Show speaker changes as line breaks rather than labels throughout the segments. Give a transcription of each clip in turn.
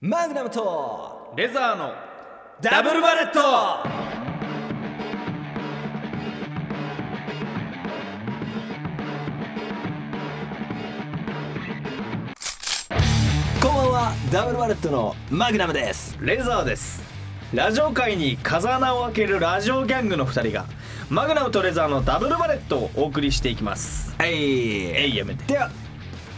マグナムと
レザーの
ダブルバレットこんばんはダブルバレットのマグナムです
レザーですラジオ界に風穴を開けるラジオギャングの2人がマグナムとレザーのダブルバレットをお送りしていきます
はい
えいやめて
では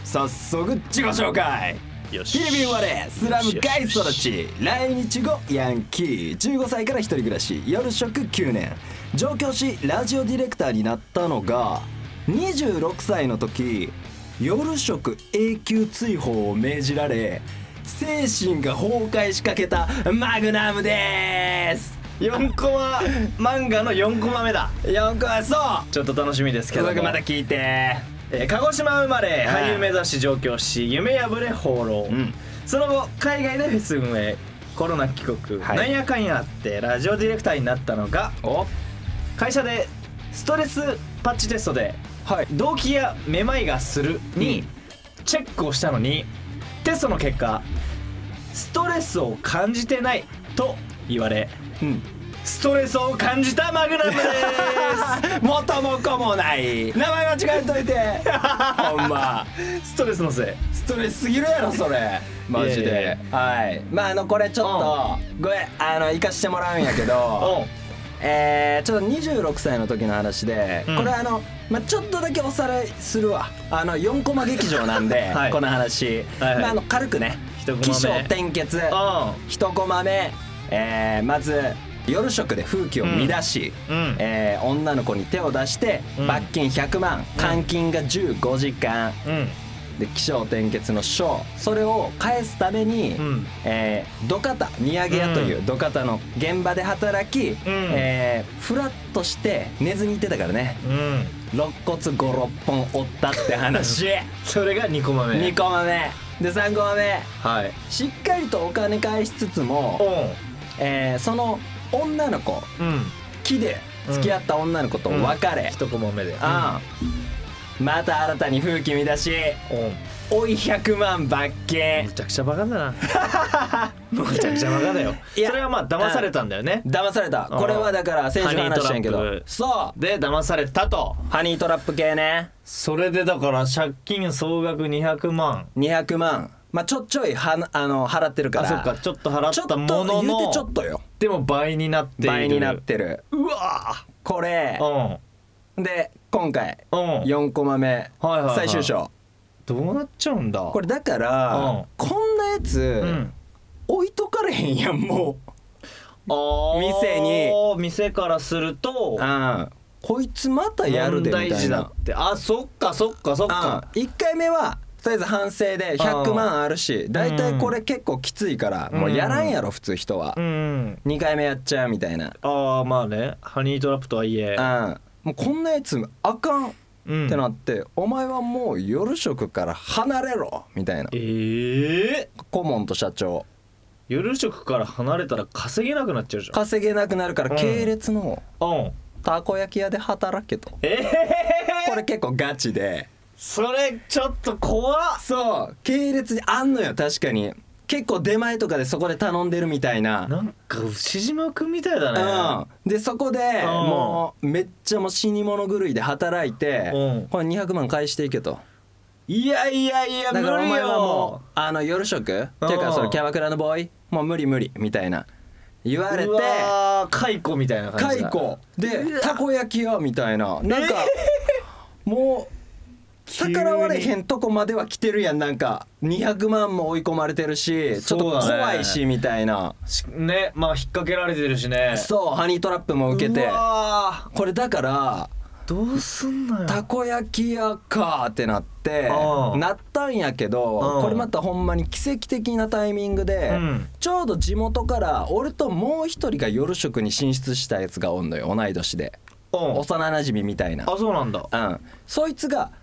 早速自己紹介
よし
フィリピン生まれスラム街育ち来日後ヤンキー15歳から一人暮らし夜食9年上京しラジオディレクターになったのが26歳の時夜食永久追放を命じられ精神が崩壊しかけたマグナムです
4コマ漫画の4コマ目だ
4個はそう
ちょっと楽しみですけども
また聞いて
えー鹿児島生まれ
はい
俳優目指し上京し夢破れ放浪、
うん
その後海外でフェス運営コロナ帰国、
はい
なんやかんやあってラジオディレクターになったのが
お
会社でストレスパッチテストで
はい
動悸やめまいがするにチェックをしたのにテストの結果ストレスを感じてないと言われ
うん
ストレスを感じたマグナムです
元も子もない名前間違えといて ほんま
ストレスのせい
ストレスすぎるやろそれマジで
いやいやい
はいまああのこれちょっとごめんあの行かしてもらうんやけど
う
えー、ちょっと26歳の時の話で、
うん
これあの、まあ、ちょっとだけおさらいするわあの4コマ劇場なんで、
はい
この話、
はいはい
まあ、あの軽くね
一コマ目
起承転結
ん
一コマ目、えーまず夜食で風紀を乱し、
うんうん
えー女の子に手を出して、
うん
罰金100万監禁が15時間、
うん
で起承転結の書それを返すために、
うん
えー土方土産屋というう土方の現場で働き、えーフラッとして寝ずに行ってたからね
うん
肋骨56本折ったって話
それが2コマ目
2コマ目で3コマ目
はい
しっかりとお金返しつつもえーその女の子
うんうん
木で付き合った女の子と別れ、
1コマ目で
あんまた新たに風紀乱し
うん
おい100万罰金
むちゃくちゃバカだ なむちゃくちゃバカだよ
いや
それはまあ騙されたんだよね
騙されたこれはだから先週の話したんやけ
ハニートラッ
ど
プ
そう
で騙されたと
ハニートラップ系ね
それでだから借金総額200万
200万まあちょちょいはなあの払ってるか
あ
ら
そっかちょっと払
ちょ
っ
ったと
ものの
言うてちょっとよ
でも倍になっている
倍になってる
うわ
これ
ー
で今回
うんうん
4コマ目
はいはいはい
最終章
どうなっちゃうんだ
これだか
う
ら
ん
こんなや
う
つ
ん
置いとかれへんやんもう。
あー
店に
店からすると
うん、こいつまたやるでみた
問題
い
児だ
な
ってあそっかそっかそっか
1回目はとりあえず反省で100万あるし大体これ結構きついから
うん
もうやらんやろ普通人は
うん
2回目やっちゃうみたいな
ああまあねハニートラップとはいえ
うんもうこんなやつあかんっ
うん
てなってお前はもう夜食から離れろみたいな
ええ
顧問と社長
夜食から離れたら稼げなくなっちゃうじゃん
稼げなくなるから
うん
系列の
うん
たこ焼き屋で働けとこ
ええ
れ結構ガチで
それちょっと怖っ
そう系列にあんのよ確かに結構出前とかでそこで頼んでるみたいな
なんか牛島くんみたいだね
うん、でそこで
うん
もうめっちゃもう死に物狂いで働いて
うん
これ200万返していけと
いやいやいや無
だからお
理
前はも
よ
うあの夜食っていう
う
か
ん
そのキャバクラのボーイもう無理無理みたいな言われて
うわー解雇みたいな感
解
じだ
雇
う
で
わ
たこ焼き屋みたいななんかもう
急に
逆らわれへんとこまでは来てるやんなんか200万も追い込まれてるしちょっと
そうだね
怖いしみたいな
しねまあ引っ掛けられてるしね
そうハニートラップも受けて
うわ
これだから
ーどうすんなよ
たこ焼き屋かってなって
うん
なったんやけど
うん
これまたほんまに奇跡的なタイミング
う
で
ん
ちょうど地元から俺ともう一人が夜食に進出したやつがおんのよ同い年で
うん
幼なじみみたいな
あそうなんだ
うんそいつが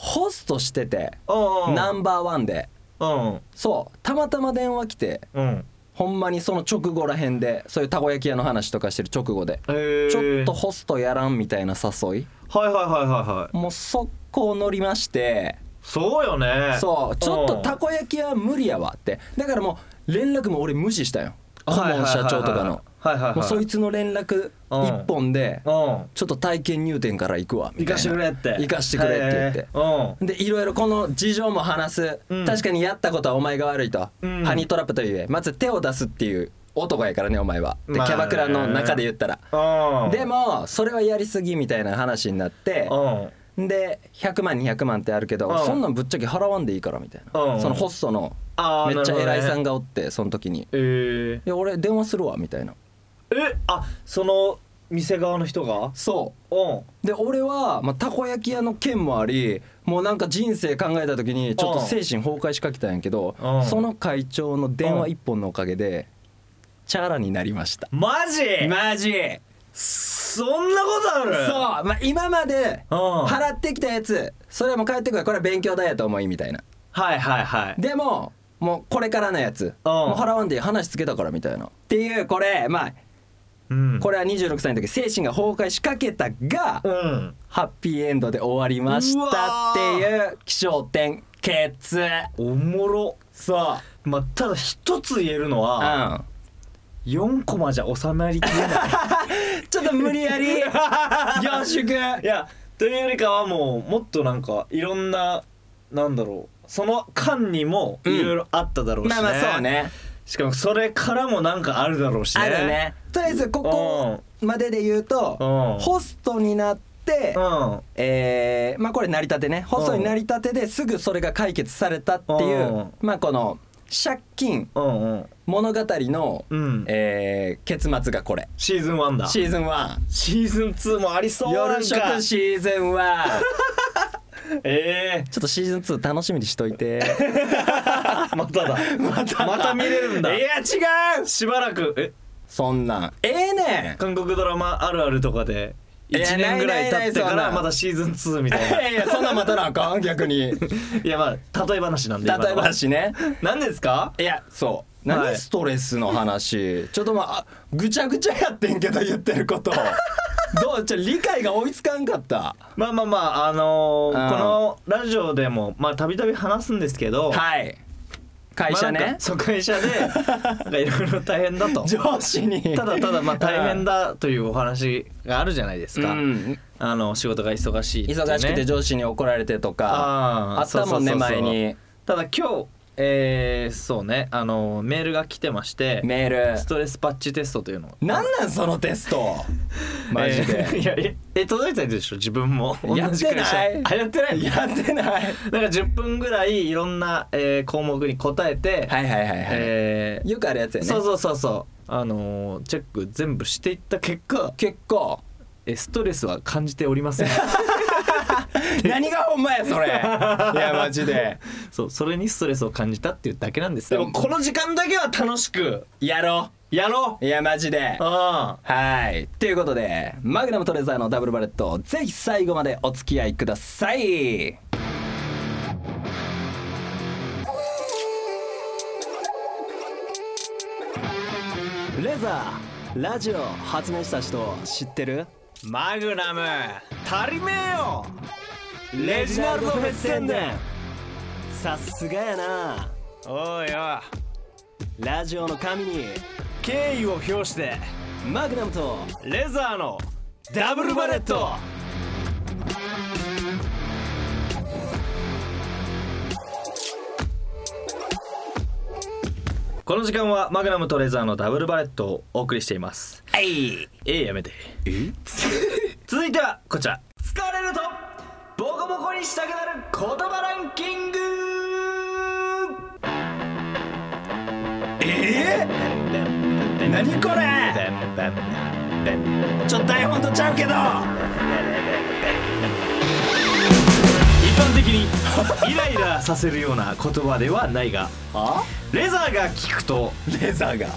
ホストしてて
うんうん
ナンバーワンで
うん
そうたまたま電話来て
うん
ほんまにその直後らへんでそういうたこ焼き屋の話とかしてる直後で
えー
ちょっとホストやらんみたいな誘い
はいはいはいはいはい
もう速攻乗りまして
そうよね
そうちょっとた
こ
こ焼きは無理やわってだからもう連絡も俺無視したよ顧問社長とかの
はいはいはいはいはいはいはい
もうそいつの連絡
うん
一本で
うん
ちょっと体験入店から行くわみ
行
たいな
かしてくれって
行かしてくれって言って
へー
でいろいろこの事情も話す、
うん
確かにやったことはお前が悪いと、
うん
ハニートラップというまず手を出すっていう男やからねお前はでキ
まあね
ャバクラの中で言ったら、
うんうん
でもそれはやりすぎみたいな話になって
うん
で100万200万ってあるけど
うん
そんなんぶっちゃけ払わんでいいからみたい
うん
なそのホストの
あー
めっちゃ偉いさん
なるほどね
がおってその時に「い
えー
や俺電話するわ」みたいな
えあその店側の人が
そう
うん
で俺は、まあ、たこ焼き屋の件もありもうなんか人生考えた時にちょっと精神崩壊しかけたんやけど
うん
その会長の電話一本のおかげでチャラになりました
マジ
マジ
そんなことある
そう、まあ、今まで
うん
払ってきたやつそれはもう帰ってこいこれは勉強代やと思いみたいな
はいはいはい
でももうこれからのやつもう払わんでいい話つけたからみたいなっていうこれまあ
うん
これは26歳の時精神が崩壊しかけたが
うん
ハッピーエンドで終わりましたっていう気象点結
おもろ
そ
まあただ一つ言えるの
う、う
は
ん、
4コマじゃ収まりきれ ない
ちょっと無理や り凝縮
いやというよりかはもうもっとなんかいろんななんだろうその間にもいろいろあっただろうしね、
まあまあそうね
しかもそれからもなんかあるだろうしね
あるねとりあえずここまでで言うと
うん
ホストになって
うん
えーまあこれ成り立てねホストになりたてですぐそれが解決されたっていううんまあこの借金
うんうん
物語の
うん
えー結末がこれ
シーズン1だ
シーズン1
シーズン2もありそうなん
夜
か
食シーズン1
ええ
ちょっとシーズン2楽しみにしとい て
ー、 まただまた見れるんだ
いや違う
しばらくえ
そんなんええねん
韓国ドラマあるあるとかで
いや
1年ぐらい経って
ないないないそ
か
んな
ら
ん
またシーズン2みたい
い
な
やいやそんなんまたなあかん逆 に例
いやまあ例え話なんで今のは
え話ね
何ですか
いやそう
はい
何ストレスの話ちょっとまああぐちゃぐちゃやってんけ ど言ってることどうちょ理解が追いつかんかった
まあまあまああのー
うん
このラジオでもまあたびたび話すんですけど、
はい会社
まあなん
ね
か、そう会社でなんかいろいろ大変 だと
上司に
ただただまあ大変だというお話があるじゃないです か、
うん
あの仕事が忙しいってね、
忙しくて上司に怒られてと
あ
か
ー
あったもんね
そうそうそうそ
前
う
に
ただ今日えー、そうねあのメールが来てまして
メール
ストレスパッチテストというのを
なんなんそのテストマジ
えー
で
いやええ届いたでしょ自分も
やってない
同じ会社あやってない
やってない
なんか10分ぐらいいろんな、えー項目に答えて、
はいはいはいはい、
えー
よくあるやつやね
そうそうそうそうあのーチェック全部していった結果、
結構
えーストレスは感じておりません
何がほんまやそれ いやマジで
そうそれにストレスを感じたっていうだけなんです
で
よ
もこ
の時間だけは楽しく
やろ
やろ
ういやマジで
うあ
はいということでマグナムトレザーのダブルバレットぜひ最後までお付き合いくださいレザーラジオ発明した人知ってる
マグナム足りめえよレジナルド・フェッセンデン
さすがやな
おいお
ラジオの神に
い敬意を表して
マグナムと
レザーのダブルバレットこの時間はマグナムとレザーのダブルバレットをお送りしています
はい
ええやめて
え
続いてはこちら疲れるとボコボコにしたくなる言葉ランキング
えー、何これちょっと台本とちゃうけど
一般的にイライラさせるような言葉ではないが
あ
レザーが聞くと
レザーが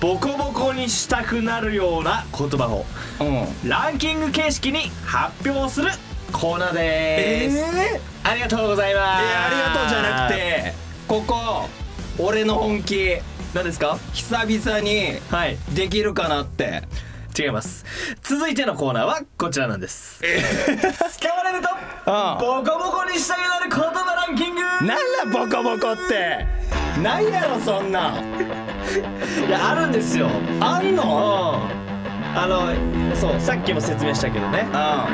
ボコボコにしたくなるような言葉を
うん
ランキング形式に発表するコーナー
え
で
ー、
す、
え
ありがとうございます
ありがとうじゃなくてここ俺の本気
何ですか
久々に
はい
できるかなって
違います続いてのコーナーはこちらなんです使われるとボコボコにしたくなる言葉ランキング
なんだボコボコってないやろそんなん
いやあるんですよ
あん
うん
の
あのそうさっきも説明したけどね、
あ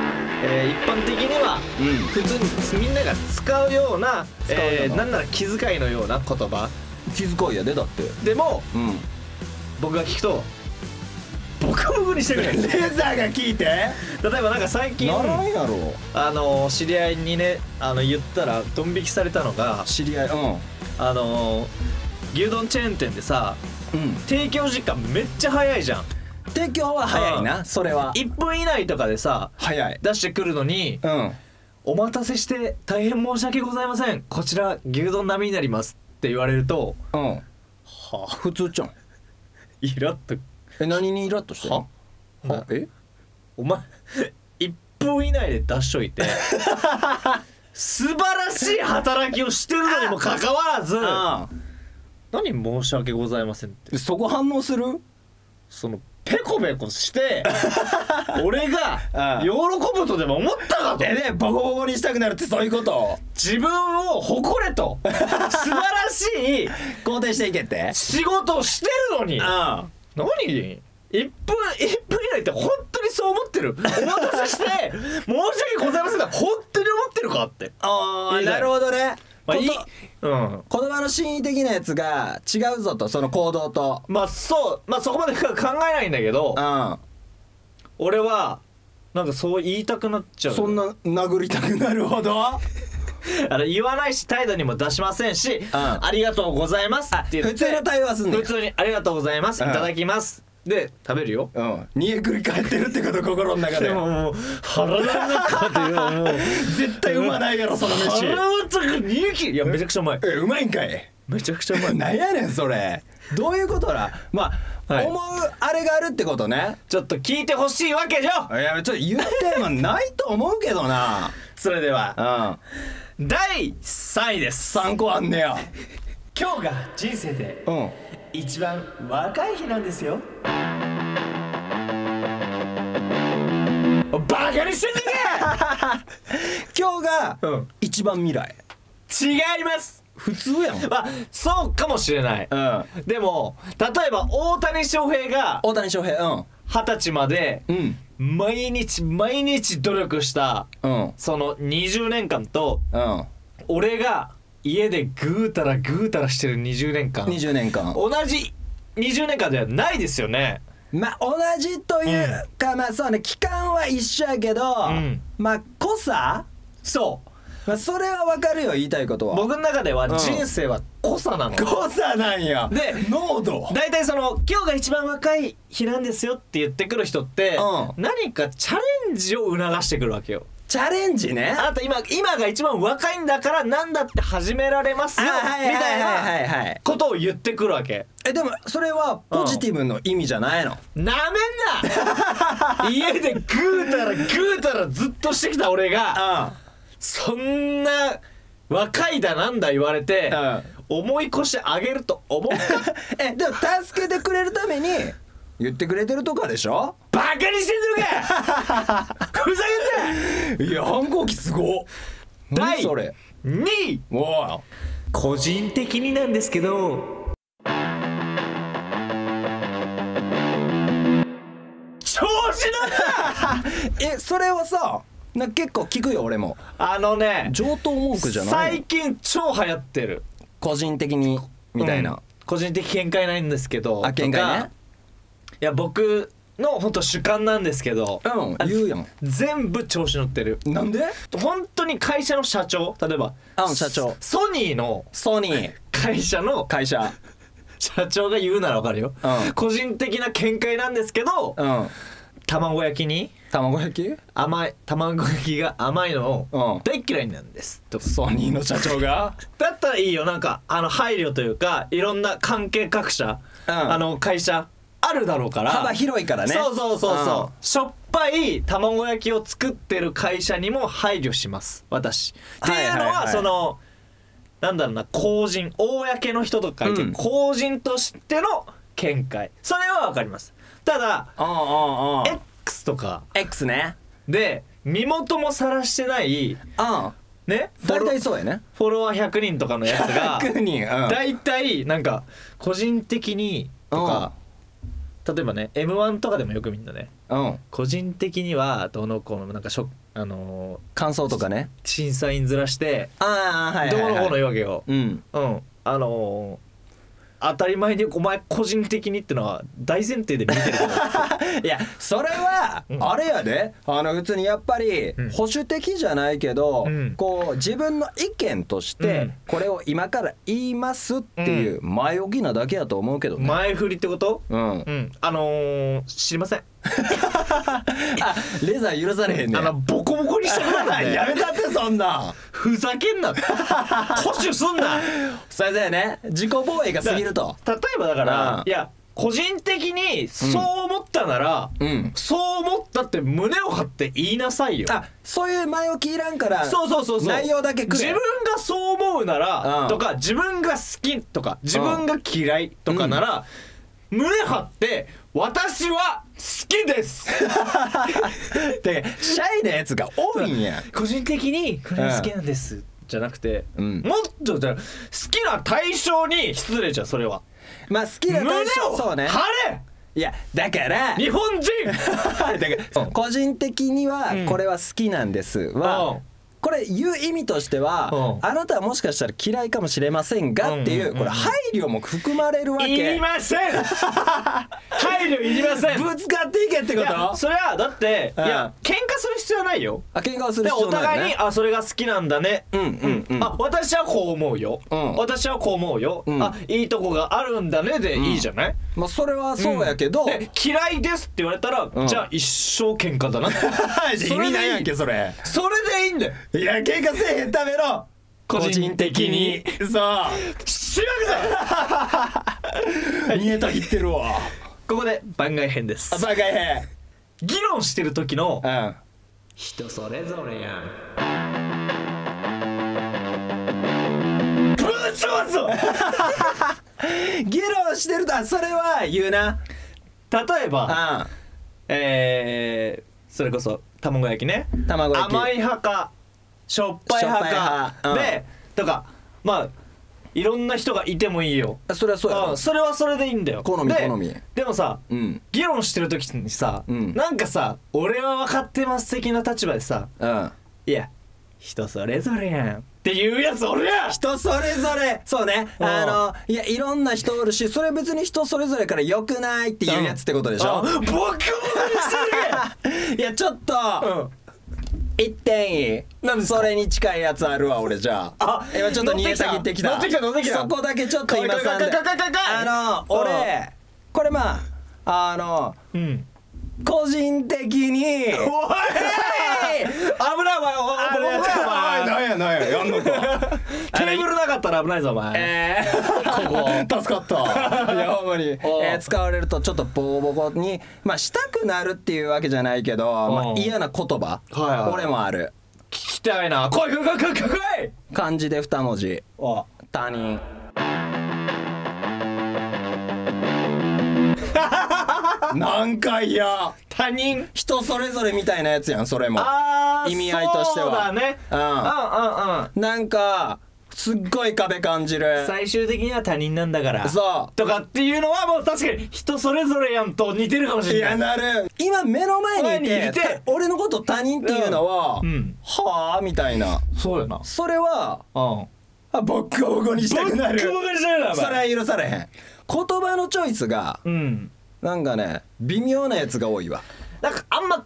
えー一般的には
うん
普通にみんなが使うような、
使うような
えーなんなら気遣いのような言葉
気遣いやでだって
でも
うん
僕が聞くとボコボコにしてくれるんです
レーザーが効いて
例えばなんか最近
ならないやろ
あの知り合いにねあの言ったらドン引きされたのが
知り合いうん
あの牛丼チェーン店でさ
うん
提供時間めっちゃ早いじゃん
提供は早いなそれは
1分以内とかでさ
早い
出してくるのに
うん
「お待たせして大変申し訳ございませんこちら牛丼並みになります」って言われると
うん
はあ
普通じゃん
イラッと
え何にイラッとしてるの
は
え
お前1分以内で出しといて素晴らしい働きをしてるのにもかかわらず
あ
何申し訳ございませんって
あそこ反応する
そのペコペコして俺
あ
が
あ
喜ぶとでも思ったかと
えねボコボコにしたくなるってそういうこと
自分を誇れと素晴らしい
肯定していけって
仕事をしてるのに
あ
何1分一分以内って本当にそう思ってるお待たせし て申し訳ございませんが本当に思ってるかって、
あ
いい
ー
ね
なるほどね
まあ、いい
こと
うん
言葉の真意的なやつが違うぞとその行動と
まあそうまあそこまで深く考えないんだけど
うん
俺はなんかそう言いたくなっちゃう
そんな殴りたくなるほど
あの言わないし態度にも出しませんし、ありがとうございますって言って
普通の対応はすんねん
普通にありがとうございます、
うん
いただきますで食べるよ
うん煮えくり返ってるってこと心の中で
でももう腹の中ではもう
絶対うまないやろその飯
腹の中に息いやめちゃくちゃうまい
えうまいんかい
めちゃくちゃうまい
なんやねんそれどういうことだまあ、
はい
思うあれがあるってことね
ちょっと聞いてほしいわけじゃ
いやちょっと言ってもないと思うけどな
それで
う
は
ん
第3位です
3個あんねや
今日が人生で
うん
一番若い日なんですよバカにしてん
今日
う
が
ん
一番未来
ねえ違います
普通やんうん
まあそうかもしれない、
大
でも例えば大谷翔平が
谷翔平うん
二十歳まで
うん
毎日毎日努力した
うん
その20年間と
うん
俺が家でぐうたらぐうたらしてる20年間
20年間
同じ20年間ではないですよね
まあ同じというか、まあそうね期間は一緒やけど、
ん
まあ濃さ、
そう
まあ、それはわかるよ言いたいことは
僕の中では
うん
人生は濃さなの、
濃さなんや
で
濃度
大体その「今日が一番若い日なんですよ」って言ってくる人って、
う
何かチャレンジを促してくるわけよ
チャレンジね
あなた今今が一番若いんだからなんだって始められますよみたいな
はい
ことを言ってくるわけ
えでもそれはポジティブの意味じゃないの
な めんな家でぐうたらぐうたらずっとしてきた俺がそんな若いだなんだ言われて思い越し上げると思うか
えでも助けてくれるために言ってくれてるとかでしょ
バカにしてんの かふざ
いや反抗期すご
けんな
何それ
第2位
お
個人的になんですけど調子乗んな
えそれはさな結構聞くよ俺も
あのね
上等文句じゃない
最
の
近超流行ってる
個人的にみたいな、
うん個人的見解ないんですけど
あ見解ね
とかいや僕の本当主観なんですけど
うん
あ
言うやん
全部調子乗ってる
なんで
本当に会社の社長例えば
あ社長
ソニーの
ソニー
会社の
会社
社長が言うならわかるよ、
うん
個人的な見解なんですけど、
うん
卵焼きに
卵焼き
甘い卵焼きが甘いの
う
を
ん
大嫌いなんですとか
ソニーの社長 が
だったらいいよなんかあの配慮というかいろんな関係各社、
うん
あの会社あるだろうから
幅広いからね
そうそうそうそう、
うん
しょっぱい卵焼きを作ってる会社にも配慮します私って
はい
い
はい
うのは,、
はい
そのなんだろうな公人公の人と書いて、
うん
公人としての見解それはわかりますただ
うんうんうん
X とか
X ね
で身元もさらしてない
うん
ねフォ
大
ロ
体そうやね
フォロワー100人とかのやつが
100人うん
大体なんか個人的にとか例えばね m 1とかでもよくみんなね
うんうん
個人的にはどうのこうのなんかしょあの
感想とかね
ー審査員ずらして
ああは
どうのこうの言うわけよ、
うん
うん、あのー当たり前にお前個人的にってのは大前提で見てるけど
いやそれは
うん
あれやであの普通にやっぱり
うん
保守的じゃないけど
うん
こう自分の意見とし
う
て
ん
これを今から言いますっていう前置きなだけやと思うけどね
前振りってこと
うん
うんあのー、知りません
あ レザー許されへんね
あのボコボコにしてください、
やめたってそんな
ふざけん な固守すんな
それだよね自己防衛が過ぎると
例えばだから、
うん
いや個人的にそう思ったなら、
うん
そう思ったって胸を張って言いなさいよ
あそういう前置きいらんから
そうそうそうそう
内容だけくれ
自分がそう思うなら、
うん
とか自分が好きとか自分が嫌いとかなら、胸張って私は好きです
ってシャイなやつが多いんや
個人的にこれが好きなんです、じゃなくて、
うん
もっとじゃあ好きな対象に失礼じゃんそれは
まあ好きな
胸を
対象そう
張
ね
れ
いやだから
日本人
そう個人的には
うん
これは好きなんです
う
は
ん
これ言う意味としては
うん
あなたはもしかしたら嫌いかもしれませんがっていう
うんうんうん
これ配慮も含まれるわ
い
け
りません 配慮いりません
ぶつかっていけって
い
こと
やそれはだって、
うん
いや喧嘩する必要はないよ
あ喧嘩をする
で
必
お
要ないよ
互いに
ね
「あそれが好きなんだね」
うんうんうん
あ私はこう思うよ」
うん
私はこう思うよ」
うん
あいいとこがあるんだね」でいいじゃない、
まあそれはそうやけど
で嫌いです」って言われたら、
ん
じゃあ一生喧嘩だな
意味ないやんけ それ
それでいいんだよ
いや喧嘩せえへんためろ
個人的に
そう
しわ
見えたぎってるわ
ここで番外編です
バカへ
議論してる時の
うん
人それぞれやん
議論してるとあそれは言うな
例えば
あ
えー、それこそ卵焼きね
卵焼き
甘い派かしょっぱい派
しょっぱ
か
い派うん
でとかまあいろんな人がいてもいいよ
それはそうや
うんそれはそれでいいんだよ
好み
で
好み
でもさ
うん
議論してる時にさ、
うん
なんかさ「俺は分かってます」的な立場でさ
うん
「いや人それぞれやん」って言うやつ俺やん
人それぞれそうね
うん
あのいやいろんな人おるしそれ別に人それぞれから良くないっていうやつってことでしょ
うん ボコボコにして
いやちょっ
るやん
と、一点いい
何ですか
それに近いやつあるわ俺じゃあ
あ
今ちょっと逃げたぎってきた
乗ってきた乗ってきた
そこだけちょっと今さんで
かいかいかいかいかい
あの
うん
俺これまああの
うん、うん、
個人的に
おい危ないお前お前
あれや
お前お前お前
やなんややんのか
テーブルなかったら危ないぞお前、
え
こ
ー、助かったいやほんまに、え
おう
ー使われるとちょっとボコボコにまあしたくなるっていうわけじゃないけど、ま
う
あ、
ん
嫌な言葉、
はいはい
俺もある
聞きたいな来い来い来い来い来い来い
漢字で二文字
お
他 人なんかいや
他人
人それぞれみたいなやつやんそれも
あー
意味合いとしては
そうだね
うん
うんうんうん
なんかすっごい壁感じる
最終的には他人なんだから
そう
とかっていうのはもう確かに人それぞれやんと似てるかもし
い
れな
や
い
なる今目の前にいて
前にいて
た俺のこと他人っていうのは、
うんうん
はあみたいな
そうやなうん
それは
ボ
あボッコボコにしたくなる
ッコボコにしてるなお
そ
前
れは許されへん言葉のチョイスが
うん
なんかね微妙なやつが多いわ
なんかあんま考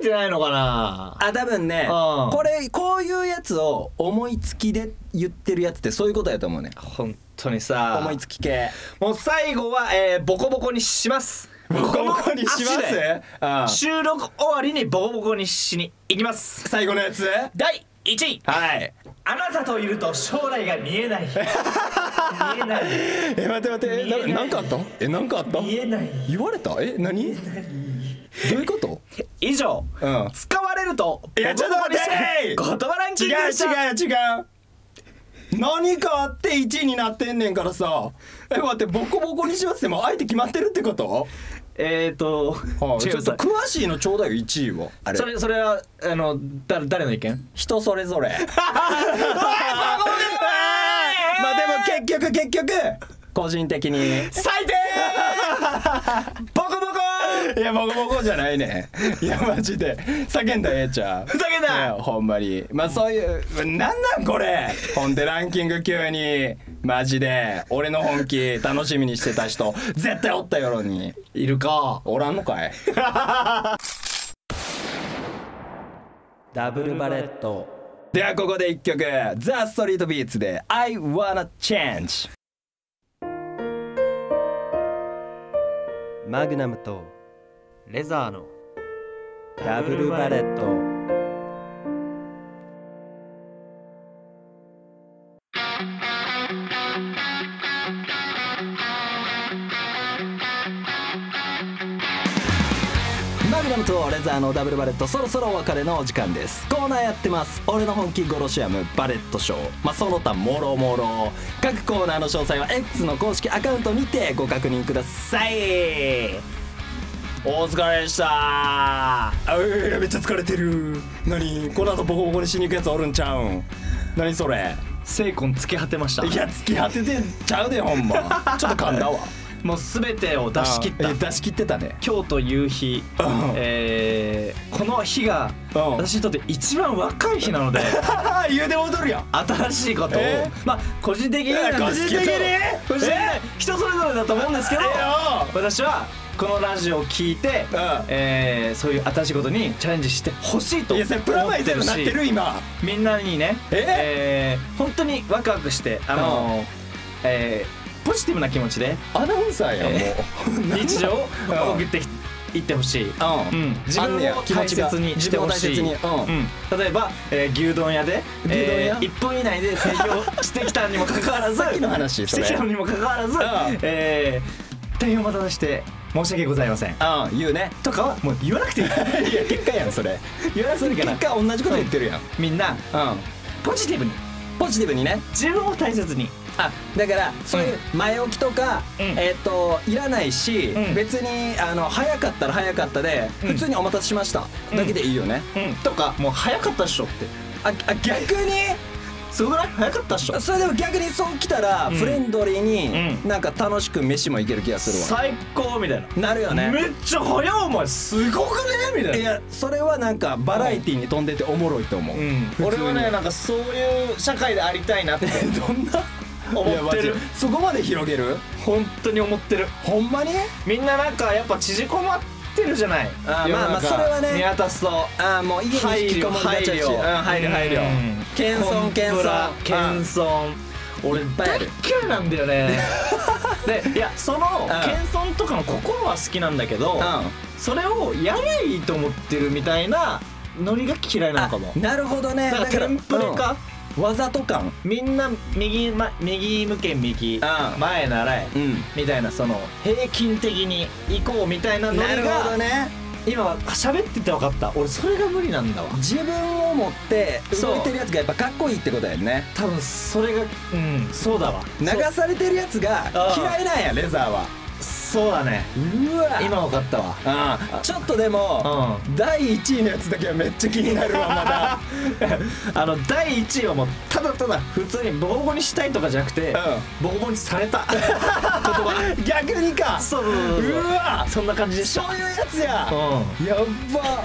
えてないのかな
あ多分ね
うん
これこういうやつを思いつきで言ってるやつってそういうことやと思うね
本当にさ
思いつき系
もう最後は、えーボコボコにします
ボコボコにします
この足で
ああ
収録終わりにボコボコにしに行きます
最後のやつ
第1位
はい
あなたといると将来が見えない見えない
え待って待って
見えない
ななんかあったえなんかあった
見えない
言われたえ何どういうこと
以上、
うん
使われると
いやちょっと待って
ボコボコにして言葉ランキングでした
う違う何かあって1位になってんねんからさえ待ってボコボコにしますってもう相手決まってるってこと
えっ、ー、と、
はい
違
ち
う
ょっと詳しいのちょうだいよ1位をあれ
それそれはあのだ誰の意見
人それぞ れまあでも結局結局個人的に
最 低ボコボコ
いやボコボコじゃないねいやマジで叫んだらええちゃうふ
ざけんな
ほんまにまあそういうなんなんこれほんでランキング急にマジで俺の本気楽しみにしてた人絶対おったよろに
いるか
おらんのかい
ダブルバレット
ではここで一曲ザ・ストリートビーツで I wanna change
マグナムと
レザーの
ダブルバレット
マグナムとレザーのダブルバレットそろそろお別れのお時間ですコーナーやってます俺の本気ゴロシアムバレットショーまあその他もろもろ各コーナーの詳細は X の公式アカウントにてご確認くださいお疲れでしたあうめっちゃ疲れてる何この後ボコボコにしに行くやつおるんちゃうん何それ
精魂つき果てました
いや突き果ててちゃうでほんまちょっと噛んだわ
もう全てを出し切った
あいや 出し切ってたね
今日という日、
うん
えーこの日が
うん
私にとって一番若い日な ので
言うて戻るやん
新しいことを、
え
まあ個人的になんですけど
個人的に
個人的に人それぞれだと思うんですけど
ええ
私はこのラジオを聞いて、
うん
えーそういう新しいことにチャレンジしてほしいと
い
思
や
っ
それ
てるし
プラマイゼロになってる今
みんなにね、
え
えー本当にワクワクしてあの、えーポジティブな気持ちで
アナウンサーやんも
え
う
日常を
うん
送っていってほしい、
う
うんん、自
あんね
分
や
を
気持
大
ちが
切にしてほしい、
自分を大切に
うん例えば、えー牛丼屋で
丼屋
えー1分以内で提供してきたにもかかわらず
さっきの話そ
し
れ
てきたにもかかわらず、
ん
えー大変お待たせして申し訳ございません
うん言うね
とかはもう言わなくていい
いや結果やんそれ
言わなくていい
結
から
果同じこと言ってるやん
みんな
うん
ポジティブに
ポジティブにね
自分を大切に
あだからそういう前置きとか、
うん
えっ、といらないし、
うん
別にあの早かったら早かったで、
うん
普通にお待たせしましただけでいいよね、
うんとかもう早かったっしょって
ああ逆に
すごくない早かったっしょ
それでも逆にそう来たら、
うん
フレンドリーに、
うん
なんか楽しく飯もいける気がするわ
最高みたいな
なるよね
めっちゃ早いお前すごくねみたい
い
な
やそれはなんかバラエティーに飛んでておもろいと思う、
うん俺はねなんかそういう社会でありたいなって
どんな
思ってる
いやマジそこまで広げる
本当に思ってる
ほんまに
みんななんかやっぱ縮こまってるじゃない
あー
世の
まあまあ
中
それはね
見渡すと
ああもう家に引きこもりがちやしうん配慮配慮謙遜謙遜
謙遜俺
ぱいあ
大
る
っ嫌いなんだよね でいやその謙遜とかの心は好きなんだけど、
うん
それをやりゃいいと思ってるみたいなノリが嫌いなのかも
あなるほどね
だからテンプレか、
うんわざと感
みんな右,、ま、右向け右、
ん
前習え、
ん
みたいなその平均的に行こうみたいなノ
な
リ
るほど
が、
ね
今喋ってて分かった俺それが無理なんだわ
自分を持って動いてるやつがやっぱかっこいいってことやんね
多分それがうんそうだわ
流されてるやつが
うん
嫌いなんやレザーは
そそうだね
うわ
今分かったわ
うんちょっとでも
う
第1位のやつだけはめっちゃ気になるわまだ
あの第1位はもうただただ普通にボコボコにしたいとかじゃなくて、
ん
ボコボコにさ れた言葉
逆にか
そうそうそうそう
うわ
そんな感じでし
そ
ょ
ういうやつや
うん
やっば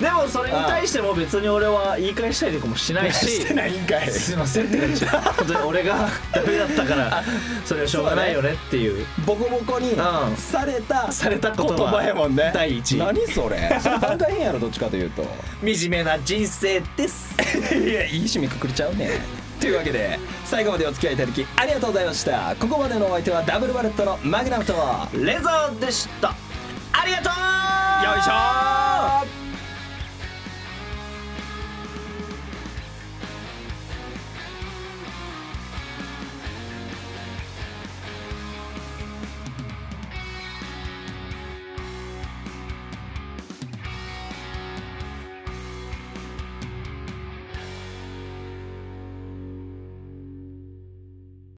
でもそれに対しても別に俺は言い返したりとかもしないし
してないんかい
すいませんって感 じ本当に俺がダメだったからそれはしょうがないよねっていう
ボコボコに
うん
された
された言
言
葉
葉やもんね
第一位
何それそれ番外編やろどっちかというと
惨めな人生です
い やいい趣味くくれちゃうねというわけで最後までお付き合いいただきありがとうございましたここまでのお相手はダブルバレットのマグナムとよ
レザーでしたありがとう
いしょー